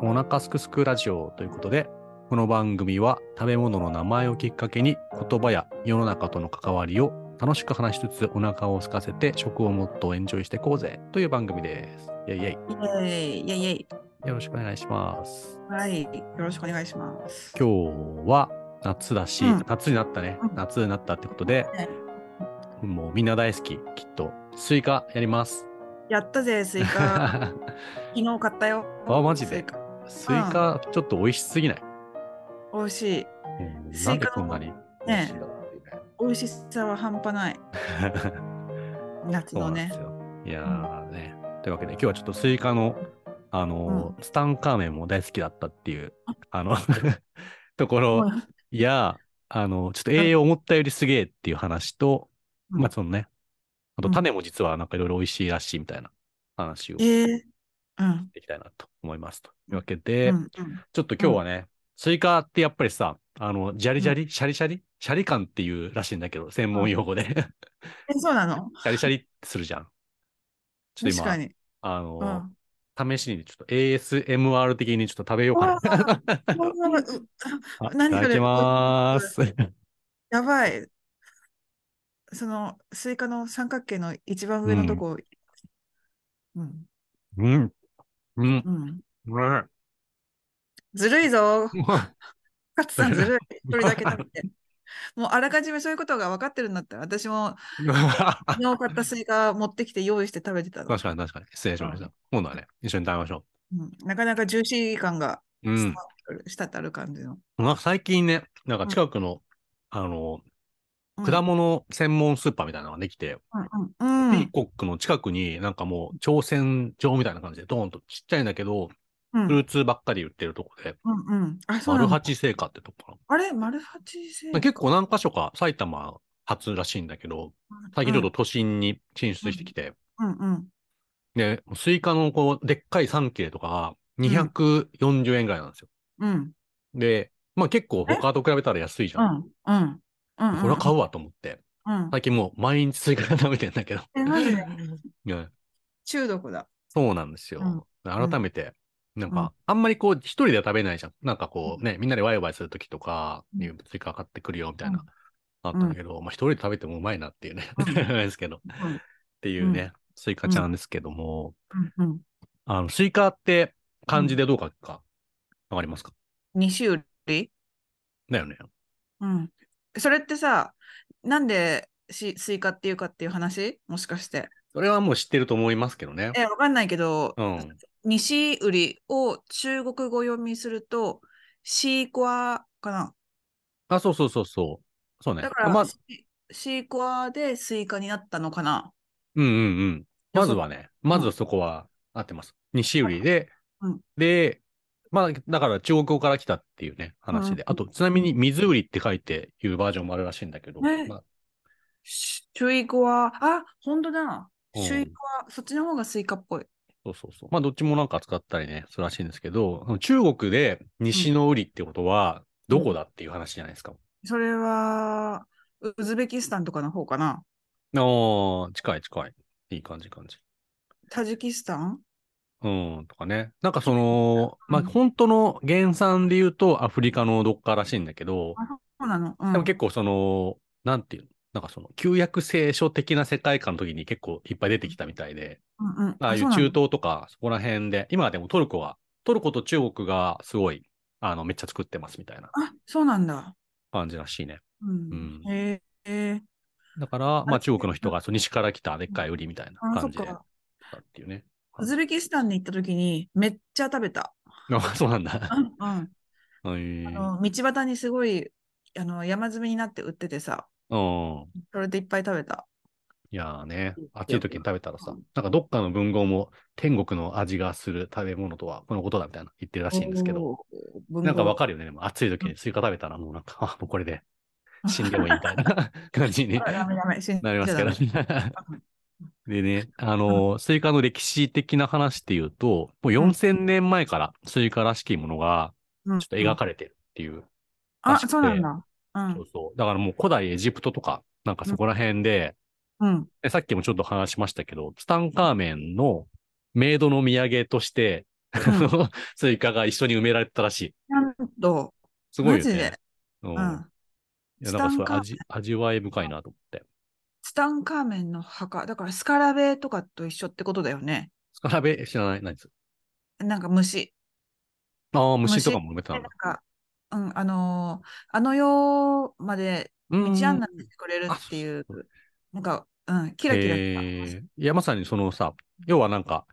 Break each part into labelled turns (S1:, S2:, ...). S1: お腹すくすくラジオということで、この番組は食べ物の名前をきっかけに言葉や世の中との関わりを楽しく話しつつお腹を空かせて食をもっとエンジョイしていこうぜという番組です。イェイイェイ。
S2: イェイイェイイェイ
S1: よろしくお願いします。
S2: はい。よろしくお願いします。
S1: 今日は夏だし、
S2: うん
S1: 夏になったね
S2: う。ん
S1: 夏になったってことで、
S2: ね
S1: もうみんな大好き、きっと。スイカやります。
S2: やったぜ、スイ カ。昨日買ったよ。
S1: あマジで
S2: スイカ
S1: スイカちょっと美味しすぎない、
S2: 美味しい。
S1: うん
S2: ス
S1: なん
S2: イ
S1: で
S2: カ
S1: こ
S2: の
S1: んなに美味しい
S2: ね
S1: んだろうっていうね。
S2: 美味しさは半端ない。夏
S1: そうな
S2: の
S1: んで
S2: ね
S1: す。よ。いやーね。というわけで、今日はちょっとスイカの、あのー、ツタンカーメンも大好きだったっていう、あの、 ところ
S2: うん
S1: や、あの、ちょっと栄養思ったよりすげえっていう話と、
S2: うん
S1: まあそのね、あと
S2: うん
S1: 種も実はなんかいろいろ美味しいらしいみたいな話を
S2: え
S1: して
S2: ーうん。
S1: いきたいなと思います。というわけで、
S2: うんうん
S1: ちょっと今日はね、スイカってやっぱりさ、あの、ジャリジャリ、シャリシャリシャリ感っていうらしいんだけど、専門用語で。
S2: え、そうなの
S1: シャリシャリってするじゃん。ちょっ
S2: 確
S1: と
S2: か
S1: 今、
S2: に。
S1: あの
S2: う
S1: ー、
S2: ん。
S1: 試しにちょっと ASMR 的にちょっと食べようかな。
S2: そうなのう
S1: はいい
S2: 何
S1: た
S2: そ
S1: だ
S2: れ
S1: きます。
S2: やばい。その、スイカの三角形の一番上のとこ。うん。
S1: うん。うん。
S2: うん。
S1: うん。
S2: ずるいぞ。勝さんずるい。一人だけ食べ て。もうあらかじめそういうことが分かってるんだったら、私も昨日買ったスイカ持ってきて用意して食べてたの、
S1: 確かに確かに。失礼しました。今度はね、一緒に食べましょ
S2: うんなかなかジューシー感が
S1: う。うん
S2: 伝。わってくるしたたる感じの。
S1: なんか最近ね、なんか近くの、あの、
S2: うん
S1: 果物専門スーパーみたいなのができて、
S2: うんうんう
S1: ピー
S2: ん
S1: コックの近くになんかもう挑戦状みたいな感じでドーンとちっちゃいんだけど、
S2: う
S1: フ
S2: ん
S1: ルーツばっかり売ってるとこで、
S2: うんうん。あ、そう
S1: マ
S2: な
S1: ル
S2: の
S1: ハチ製菓ってとこかな。
S2: あれマルハチ製
S1: まあ結構何箇所か埼玉発らしいんだけど、最近ちょっと都心に進出してきて、
S2: うんうん
S1: で、スイカのこう、でっかい3切れとかが240円ぐらいなんですよ。
S2: うんうん
S1: で、まあ結構他と比べたら安いじ
S2: う
S1: ゃん。
S2: んうんうん。
S1: これは買う
S2: わ。
S1: わと思って、
S2: うん、
S1: 最近もう毎日スイカ食べてんだけど。
S2: えマジで
S1: ね
S2: 中毒だ。
S1: そうなんですよ。
S2: ん
S1: 改めて、なん
S2: うん
S1: か、あんまりこう、一人では食べないじゃん。なんかこう
S2: うん
S1: ね、みんなでワイワイするときとかに
S2: うん
S1: スイカ買ってくるよみたい
S2: うん
S1: な、あったんだけど、まあ一人で食べてもうまいなっていうね、
S2: うん
S1: ですけど、っ
S2: うん
S1: ていうね、スイカちゃんですけども、
S2: うん
S1: あの、スイカって漢字でどう書くか、わかりますか
S2: うん。西売り
S1: だよね。
S2: うん。それってさ、なんでしスイカっていうかっていう話もしかして。
S1: それはもう知ってると思いますけどね。
S2: え、わかんないけど、
S1: うん。
S2: 西売りを中国語読みすると、シーコアかな。
S1: あ、そうそうそうそう。そうね。
S2: だから、
S1: まず、
S2: シシーコアでスイカになったのかな。
S1: うんうんうん。まずはね、
S2: ん
S1: まずそこは合ってます。西売りで、
S2: うん
S1: で、まあ、だから中国語から来たっていうね、話で。
S2: うん
S1: あと、ちなみに水売りって書いていうバージョンもあるらしいんだけど、
S2: ね
S1: まあ、
S2: シシュイコア、あ、本当だ。
S1: うん
S2: シュイコア、そっちの方がスイカっぽい。
S1: そうそうそう。まあ、どっちもなんか使ったりね、するらしいんですけど、中国で西の売りってことは、どこだっていう話じゃないですか。
S2: それは、ウウズベキスタンとかの方かな。
S1: ああ、近い近い。いい感じ感じ。
S2: タジキスタン
S1: うん、とかね。なんかその、まあ、
S2: うん
S1: 本当の原産で言うとアフリカのどっからしいんだけど、
S2: そうなの。うん、
S1: でも結構その、なんていうのなんかその、旧約聖書的な世界観の時に結構いっぱい出てきたみたいで、
S2: うんうん、
S1: ああいう
S2: そうな
S1: 中
S2: の
S1: 東とかそこら辺で、今はでもトルコは、トルコと中国がすごい、あの、めっちゃ作ってますみたいな
S2: あ、そうなんだ。
S1: 感じらしいね。
S2: うん
S1: う。ん
S2: へえ。
S1: だから、まあ中国の人がそう西から来たでっかい売りみたいな
S2: あ、そ
S1: 感
S2: っ
S1: じで、だ
S2: か
S1: っ。ていうね。
S2: ウズベキスタンに行った時にめっちゃ食べた。
S1: あ、そうなん
S2: う
S1: だ。
S2: ん。うん
S1: はい。
S2: あの道端にすごいあの山積みになって売っててさ、
S1: うん。
S2: それでいっぱい食べた。
S1: いやーね
S2: うん、
S1: 暑い時に食べたら
S2: う
S1: さ
S2: ん、
S1: なんかどっかの文豪も天国の味がする食べ物とはこのことだみたいな言ってるらしいんですけど、
S2: おー、文
S1: なんかわ
S2: か
S1: かるよね、でも暑い時にスイカ食べたらもうなんか、あ、もうこれで死んでもいいみたいな 感じに
S2: ダメダメ、死んじ
S1: な
S2: ゃ
S1: りますけど
S2: ダメ。
S1: ね。 でね、あのースイカの歴史的な話っていうと、もう4000年前からスイカらしきものが
S2: うん
S1: ちょっと描かれてるっていう。
S2: あ、
S1: らしくて
S2: そうなんだ。う
S1: そ
S2: ん
S1: うそう。だからもう古代エジプトとか、なんかそこら辺で、
S2: うん。
S1: でさっきもちょっと話しましたけど、ツタンカーメンのメイドの土産として スイカが一緒に埋められてたらしい。
S2: なんと、
S1: すごいよね。
S2: マジで。
S1: うん。
S2: う
S1: い
S2: ん。
S1: や、なんかそれ
S2: ツタンカーメン
S1: 味、味わい深いなと思って。
S2: ツタンカーメンの墓。だからスカラベとかと一緒ってことだよね。
S1: スカラベ知らない、何です
S2: なんか虫。
S1: ああ、虫とかも埋めてた
S2: なん
S1: んだ。
S2: か、うん、あのーあの世まで
S1: う
S2: 道
S1: ん。
S2: 案内してくれるっていう、なんか、うん、キラキラした。
S1: えーいや、まさにそのさ、要はなんか、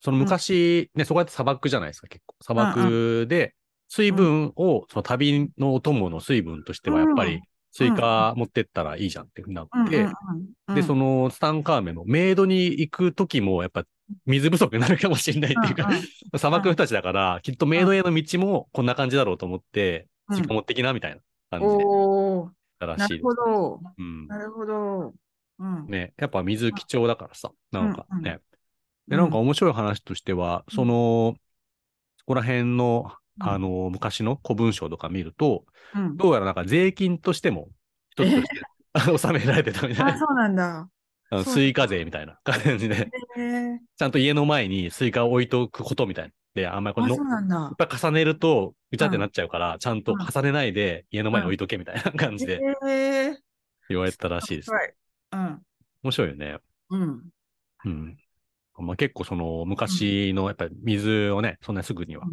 S1: その昔、ね、そこやって砂漠じゃないですか、結構。砂漠で、水分を、その旅のお供の水分としては、やっぱ
S2: う
S1: り
S2: ん、
S1: スイカ持ってったらいいじゃんっていうふうにな
S2: う
S1: っ
S2: んうん
S1: て、
S2: うん、
S1: で、そのツタンカーメンのメイドに行く時も、やっぱ水不足になるかもしれないっていうか、
S2: うんうん
S1: 砂漠の人たちだから、きっとメイドへの道もこんな感じだろうと思って、
S2: うん
S1: 時間持ってきな、みたいな感じで、
S2: おー
S1: ら
S2: な
S1: しいで
S2: る
S1: す
S2: ほど。
S1: うん。
S2: なるほど。うん。
S1: ね、やっぱ水貴重だからさ、なんか
S2: うん
S1: ね。
S2: う
S1: で、
S2: ん
S1: なんか面白い話としては、
S2: うん
S1: その、そこら辺の、
S2: うん
S1: あの、昔の古文書とか見ると、
S2: うん、
S1: どうやらなんか税金としても、一つとしてあの 納められてたみたい
S2: あ、
S1: な
S2: そうなんだ。
S1: あの、
S2: そう
S1: スイカ税みたいな感じで、
S2: へえ。
S1: ちゃんと家の前にスイカを置いとくことみたいな。で、あんまりこれ
S2: あ、
S1: の、
S2: そうないんだ
S1: っ。ぱい重ねると、ぐちゃってなっちゃうから、ちゃんと重ねないで、家の前に置いとけみたいな感じで
S2: へえ。
S1: 言われてたらしいです。
S2: はい。うん。
S1: 面白いよね。
S2: うん。
S1: うん。まあ、結構その昔のやっぱり水をね、そんなすぐには
S2: うん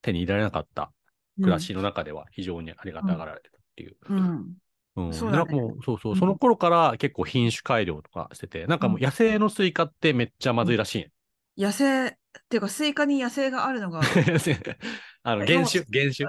S1: 手に入れられなかった暮らしの中では非常にありがたがられてたっていう。
S2: うん。うん。
S1: うん
S2: そうだね
S1: でなんかもうそうそうう。
S2: ん
S1: その頃から結構品種改良とかしてて、なんかもう野生のスイカってめっちゃまずいらしい。
S2: 野生っていうか、スイカに野生があるのが、
S1: あの、原種、原種。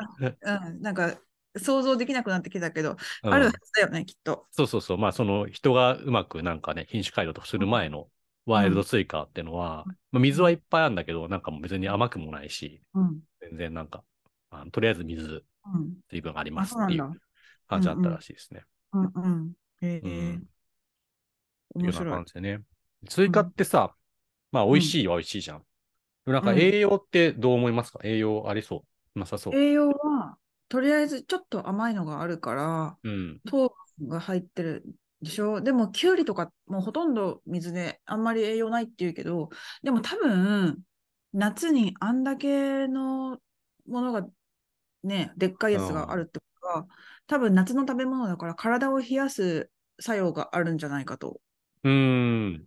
S2: うん、なんか想像できなくなってきたけど、
S1: うん
S2: あるはずだよね、きっと。
S1: そうそうそう。まあ、その人がうまくなんかね、品種改良とかする前のワイルドスイカってのは、
S2: う
S1: まあ、水はいっぱいあるんだけど、なんかもう別に甘くもないし、
S2: うん。
S1: 全然なんか、あのとりあえず水、
S2: うん。
S1: 水分ありま
S2: あ、
S1: す
S2: そうな
S1: って
S2: ん
S1: い
S2: だ
S1: う。感じだったらしいですね。
S2: うんうん。
S1: う
S2: へ
S1: ん
S2: え。
S1: ってい
S2: 面
S1: うような
S2: 白い
S1: 感。じでね。スイカってさ、まあ美味しいは美味しいじゃん。でもなんか栄養ってどう思いますか栄養ありそうなさそう。
S2: 栄養は、とりあえずちょっと甘いのがあるから、
S1: うん。
S2: 糖分が入ってるでしょでも、きゅうりとかもうほとんど水であんまり栄養ないっていうけど、でも多分、夏にあんだけのものが、ね、でっかいやつがあるってことは、多分夏の食べ物だから体を冷やす作用があるんじゃないかと。
S1: うーん。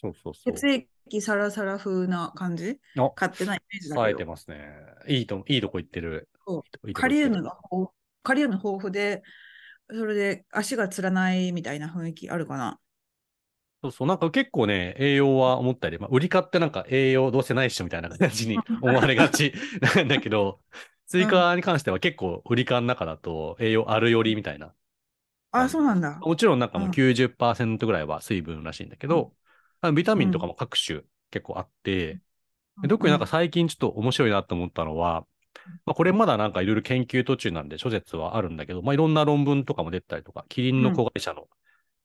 S1: そうそうそう。
S2: 血液サラサラ風な感じ
S1: あ
S2: 買ってないイメージだ
S1: 冴え
S2: け
S1: て
S2: ど。
S1: ますね。いいと、いいとこ行ってる。
S2: そう
S1: いいとこ行
S2: カ
S1: って
S2: リ
S1: る
S2: ウムが豊富、カリウム豊富で、それで足がつらないみたいな雰囲気あるかな。
S1: そうそう。なんか結構ね、栄養は思ったより、まあ、売り買ってなんか栄養どうせないっしょみたいな感じ に思われがち なんだけど、スイカに関しては結構売り買の中だと栄養あるよりみたいな
S2: あ、そうなんだ。
S1: もちろんなんかもううん90%ぐらいは水分らしいんだけど、あのビタミンとかも各種結構あって、で特になんか最近ちょっと面白いなと思ったのは、まあ、これまだなんかいろいろ研究途中なんで諸説はあるんだけど、まあ、いろんな論文とかも出てたりとか、キリンの子会社の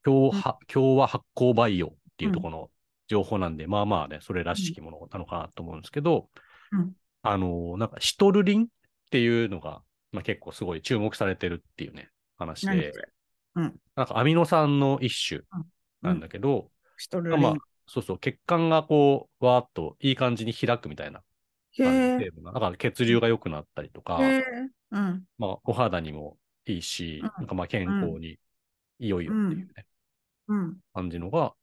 S1: 共和,、共和発酵培養っていうところの情報なんで、まあまあね、それらしきものなのかなと思うんですけど、
S2: うん
S1: あの、なんかシトルリンっていうのが、まあ、結構すごい注目されてるっていうね、話
S2: 何
S1: で
S2: そ。れ
S1: なんかアミノ酸の一種なんだけど、
S2: シトル
S1: まあ
S2: リン
S1: まあ、そうそう、血管がこう、わーっといい感じに開くみたいな
S2: へ
S1: 感じ
S2: え
S1: で、だから血流が良くなったりとか、
S2: へえうん
S1: まあ、お肌にもいいし、
S2: うん
S1: なんかまあ健康にいよいよっていうね、
S2: うん
S1: 感じのが、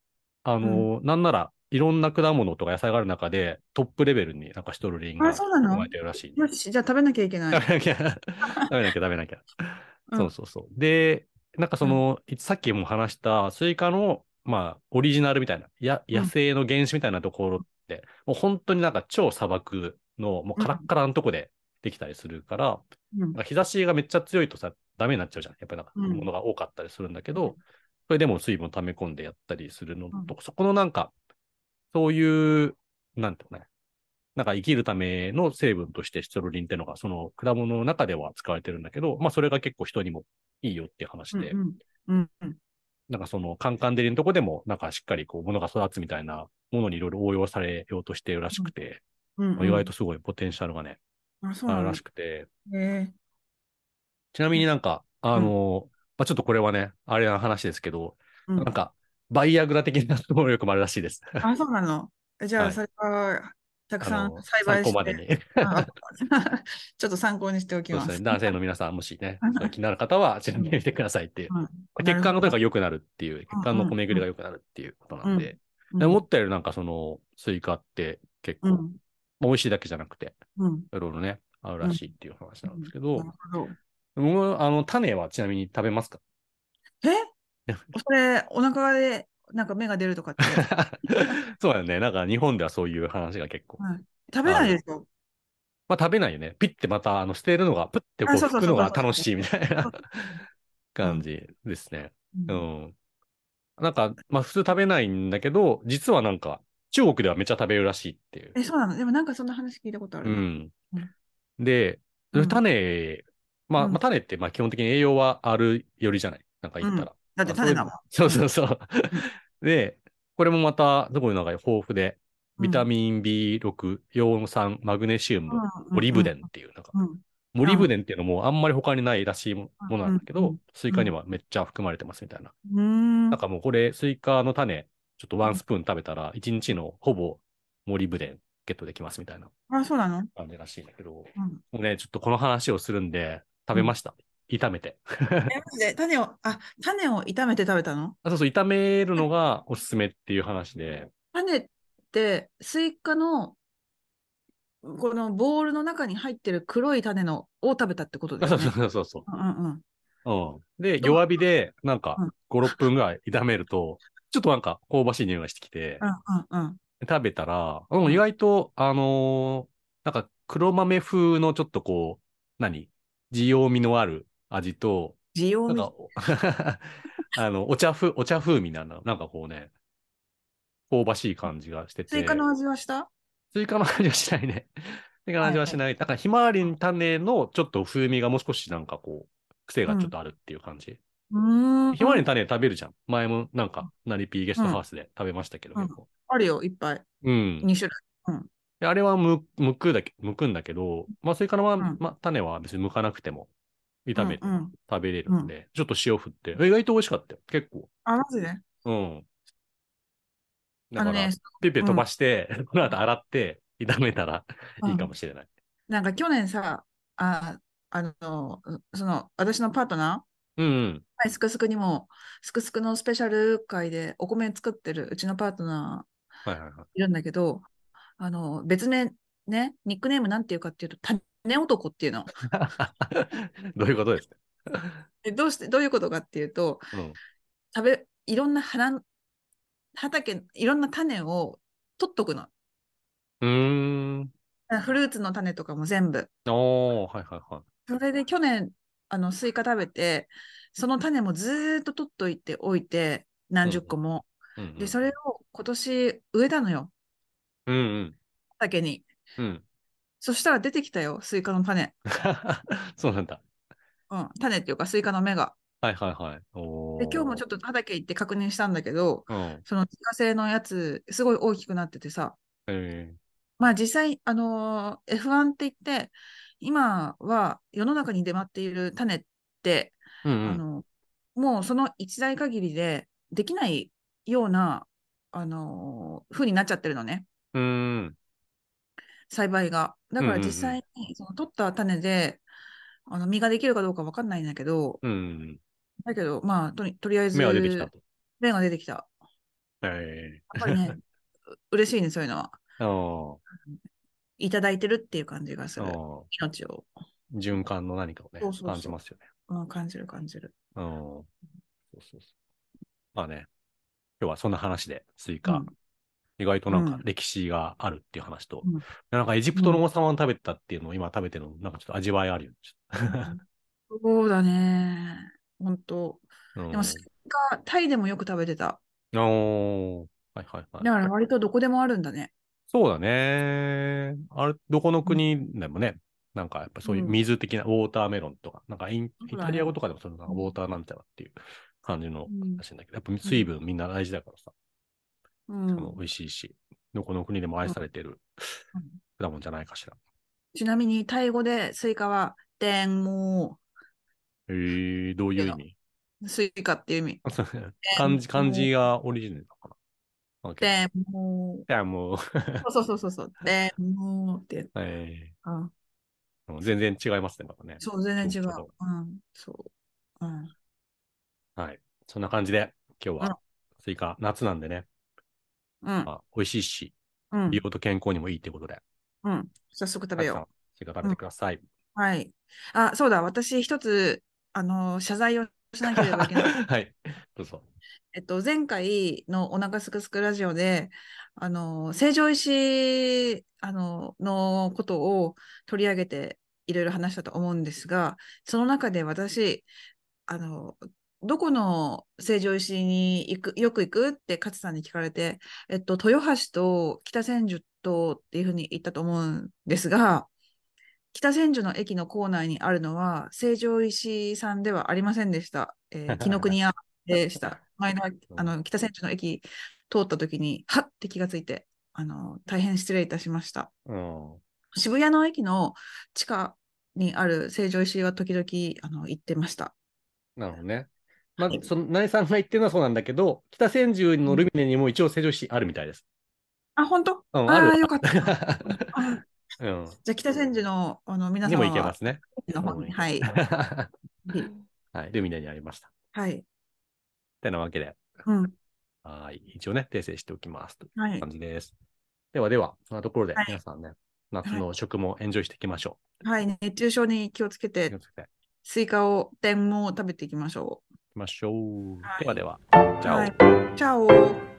S1: あのーなんなら、いろんな果物とか野菜がある中で、トップレベルになんかシトルリンが
S2: あそうなの
S1: 含まれてるらしいんで
S2: よしじゃあ食べなきゃいけない
S1: 食べなきゃ、 食べなきゃ、食べなきゃ。
S2: うん
S1: そうそうそう。で、なんかその、いさっきも話した、スイカの、まあ、オリジナルみたいな、や
S2: うん
S1: 野生の原種みたいなところって、もう本当になんか超砂漠の、もうカラッカラのとこでできたりするから、
S2: うん
S1: なんか日差しがめっちゃ強いとさ、ダメになっちゃうじゃん。やっぱりなんか、
S2: うん
S1: ものが多かったりするんだけど、それでも水分を溜め込んでやったりするのと、そこのなんか、そういう、なんていうのかね、なんか生きるための成分としてシトルリンってのが、その果物の中では使われてるんだけど、まあそれが結構人にもいいよっていう話で、
S2: うんうんうん
S1: なんかそのカンカンデリのとこでも、なんかしっかりこう、物が育つみたいなものにいろいろ応用されようとしてるらしくて、
S2: うん
S1: まあ意外とすごいポテンシャルがね、
S2: あそう
S1: あ
S2: な
S1: る
S2: ん
S1: ら
S2: だ
S1: しくて、
S2: へえ
S1: ちなみになんか、あの、まあ、ちょっとこれはね、あれな話ですけど、
S2: うん
S1: なんか、バイアグラ的な能力もあるらしいです。
S2: あそうなのえじゃ
S1: は
S2: あ、
S1: い
S2: それは、たくさ
S1: あ
S2: ん
S1: の
S2: 栽
S1: 参
S2: 培
S1: 考
S2: し
S1: まで
S2: て、
S1: に。
S2: あ ちょっと参考にしておき
S1: そうで
S2: ます
S1: ね
S2: す。
S1: 男性の皆さん、もし ね、そう気になる方は、調べてみてくださいっていう。
S2: うん
S1: 血管のとにかく良くなるっていう、血
S2: うん
S1: 管のこう巡りが良くなるっていうことなんで、
S2: うん
S1: で思ったよりなんかその、スイカって結構、
S2: う
S1: ま
S2: ん
S1: あ美味しいだけじゃなくて、
S2: うん
S1: いろいろね、合うらしいっていう話なんですけど、
S2: なるほど
S1: 僕もあの、種はちなみに食べますか
S2: えそれ、お腹で、なんか芽が出ると かって。
S1: そうだよね。なんか日本ではそういう話が結構。
S2: はい食べないですよ。
S1: まあ食べないよね。ピッてまたあの捨てるのが、プッてこう
S2: あそうそ
S1: 拭
S2: う
S1: くのが
S2: そうそう
S1: 楽しいみたいな
S2: そう
S1: 感じですね。
S2: う
S1: うんん。なんか、まあ普通食べないんだけど、実はなんか中国ではめっちゃ食べるらしいっていう。
S2: え、そうなのでもなんかそんな話聞いたことあ
S1: う
S2: る。
S1: ん。で、
S2: うん
S1: 種、まあ、
S2: うん
S1: まあ種ってまあ基本的に栄養はあるよりじゃない。なんか言ったら。
S2: だって種だもん。
S1: そうそうそう。で、これもまたすごいなんか豊富で、ビタミン B6、葉酸、マグネシウム、
S2: うん
S1: モリブデンっていう、なんか、
S2: うんうん
S1: モリブデンっていうのもあんまり他にないらしいもものなんだけ
S2: うんう
S1: ど
S2: ん、
S1: スイカにはめっちゃ含まれてますみたいな。
S2: うーん。
S1: なんかもうこれ、スイカの種、ちょっとワンスプーン食べたら、一日のほぼモリブデンゲットできますみたいな
S2: あ、そうなの
S1: 感じらしいんだけど、も
S2: うん。
S1: うね、ちょっとこの話をするんで、食べました。炒めて。
S2: え、マジで種を、あ、種を炒めて食べたの
S1: あそうそう、炒めるのがおすすめっていう話で、
S2: 種って、スイカの、このボールの中に入ってる黒い種のを食べたってこと
S1: あ
S2: です
S1: そ
S2: ね。
S1: うそうそうそう。
S2: うんうんうん。
S1: うん、で、弱火で、なんか
S2: うん、
S1: 5、6分ぐらい炒めると、ちょっとなんか、香ばしい匂いがしてきて
S2: う、んうんうん。
S1: 食べたら、うん、意外と、あのーなんか、黒豆風のちょっとこう、何地用味のある味と、
S2: 需要
S1: なん
S2: み
S1: か、おあの、お 茶風、お茶風味なの、なんかこうね、香ばしい感じがしてて。
S2: スイカの味はした
S1: スイカの味はしないね。 スイカの味はしない。だから、ひまわりの種のちょっと風味がもう少しなんかこう、癖がちょっとあるっていう感じ。
S2: うーん。
S1: ひまわりの種食べるじゃん。前もなんか、ナリピーゲストハウスで食べましたけど、
S2: うん
S1: 結構。
S2: あるよ、いっぱい。
S1: うん。
S2: 2種類。
S1: であれはむ、むくだけ、むくんだけど、まあ、スイカのま、
S2: うん
S1: ま、種は別にむかなくても、炒めて
S2: うんうん
S1: 食べれるんで、ちょっと塩振って、意外と美味しかったよ。結構。
S2: あ、マジで
S1: うん。だ
S2: あ
S1: から、
S2: のね、
S1: ペッペ飛ばして、 この後洗って、炒めたらいいかもしれない。
S2: なんか去年さ、あ、あの、その、私のパートナー、
S1: うん、うん。
S2: はい、すくすくにも、すくすくのスペシャル会でお米作ってるうちのパートナ
S1: はいはいはい。
S2: ーいるんだけど、あの、別名ね、ニックネームなんていうかっていうと、種男っていうの。
S1: どういう ことですか
S2: でどうして、どういうことかっていうと、
S1: うん。
S2: 食べ、いろんな花、畑、いろんな種を取っとくの。
S1: うーん。
S2: フルーツの種とかも全部。
S1: おー、はいはいはい。
S2: それで去年、あの、スイカ食べて、その種もずーっと取っといておいて、何十個も。
S1: うんうん
S2: で、それを今年植えたのよ、
S1: うんうん。
S2: 畑に。
S1: うん。
S2: そしたら出てきたよ、スイカの種。
S1: そうなんだ。
S2: うん、種っていうか、スイカの芽が。
S1: はいはいはい。お
S2: で、今日もちょっ
S1: っ
S2: と畑行って確認したんだけど、
S1: と。うん。
S2: その自家製のやつ、すごい大きくなっててさ、
S1: え
S2: まあ実際、あのー F1 って言って、今は世の中に出回っている種って、
S1: ーうんう
S2: あ
S1: ん。
S2: のもうその一台限りでできないような、あのー風になっちゃってるのね。
S1: うーん。
S2: 栽培が。だから実際にその取った種で、あの実ができるかどうかわかんないんだけど、
S1: うん。
S2: だけど、まあ、とにとりあえず、
S1: 目が出てきたと。
S2: 芽が出てきた。
S1: え
S2: やっぱ りね、う嬉しいね、そういうのは。
S1: ー、あ
S2: いただいてるっていう感じがす
S1: ー
S2: る。
S1: あ
S2: 命を、
S1: ー。循環の何かをね、
S2: そうそうそう
S1: 感じますよね。
S2: うん、感じる感じる。
S1: うん。そうそうそう。まあね、今日はそんな話で、スイカ、
S2: うん
S1: 意外となんか
S2: うん
S1: 歴史があるっていう話と、
S2: うん
S1: なんかエジプトの王様を食べてたっていうのを今食べてるの、なんかちょっと味わいあるよね。ちょっ
S2: そうだね。本当。
S1: とうん
S2: でもスイカ、タイでもよく食べてた。
S1: おーはいはいはい。
S2: だから割とどこでもあるんだね。
S1: そうだね。あれ、どこの国でもね、なんかやっぱそういう
S2: うん
S1: 水的なウォーターメロンとか、なんかイン
S2: そう
S1: イ
S2: だね
S1: タリア語とかでもそのなんかウォーターなんちゃらっていう感じの
S2: うん
S1: らしいんだけど、やっぱ水分みんな大事だからさ、
S2: うん
S1: あの美味しいし、どこの国でも愛されてる
S2: うん
S1: 果物じゃないかしら。
S2: ちなみにタイ語でスイカは、デンモ
S1: えー、どういう意味
S2: ー、スイカっていう意味。
S1: 漢字、漢字がオリジナルだか OK。
S2: でもう、
S1: じゃあもう、
S2: そうそうそうそう、でもうって、
S1: え
S2: あ
S1: ー、もう全然違いますね、またね。
S2: そう、全然違う
S1: そう。
S2: うん、そう。うん、
S1: はい。そんな感じで、今日
S2: うん
S1: は、スイカ、夏なんでね、
S2: う
S1: ま
S2: ん、
S1: あ、美味しいし、
S2: うん
S1: 美、容と健康にもいいってことで、
S2: うん。早速食べよ
S1: たくさんスイカ食べてください。
S2: う。はい。あ、そうだ、私一つ、あの、謝罪をしなければい けない。
S1: はい。どうぞ。
S2: えっと、前回のお腹すくすくラジオで、あの、成城石あののことを取り上げていろいろ話したと思うんですが、その中で私、あの、どこの成城石井に行く、よく行くって勝さんに聞かれて、えっと、豊橋と北千住とっていうふうに言ったと思うんですが、北千住の駅の構内にあるのは成城石井さんではありませんでした。えー、紀ノ国屋でした。前のあの北千住の駅通った時に、はっって気がついて、あの、大変失礼いたしました。
S1: うん。
S2: 渋谷の駅の地下にある成城石井は時々あの行ってました。
S1: なるほどね。ま
S2: は
S1: ず
S2: い、
S1: その、内さんが言ってるのはそうなんだけど、北千住のルミネにも一応成城石井あるみたいです。
S2: あ、本当
S1: うん、
S2: あ
S1: あ
S2: あ、
S1: る。
S2: よかった。あ
S1: う
S2: じゃあ北千住のあの皆
S1: ん。に
S2: 様は
S1: も行けますね。
S2: 駅の方 に。はい。
S1: はい。ルミネにありました。
S2: はい。
S1: てなわけで、
S2: うん。
S1: はい。一応ね、訂正しておきます。と。
S2: はいいう
S1: 感じです。ではでは、そんなところで
S2: はい
S1: 皆さんね、夏の食もエンジョイしていきましょ
S2: はい。熱中症に気をつけ
S1: う。気
S2: て
S1: を、つけてい
S2: スイカを、天も食べていきましょ
S1: きましょう。
S2: はい
S1: ではでは、
S2: う。
S1: じゃあ
S2: は。い。チャオ。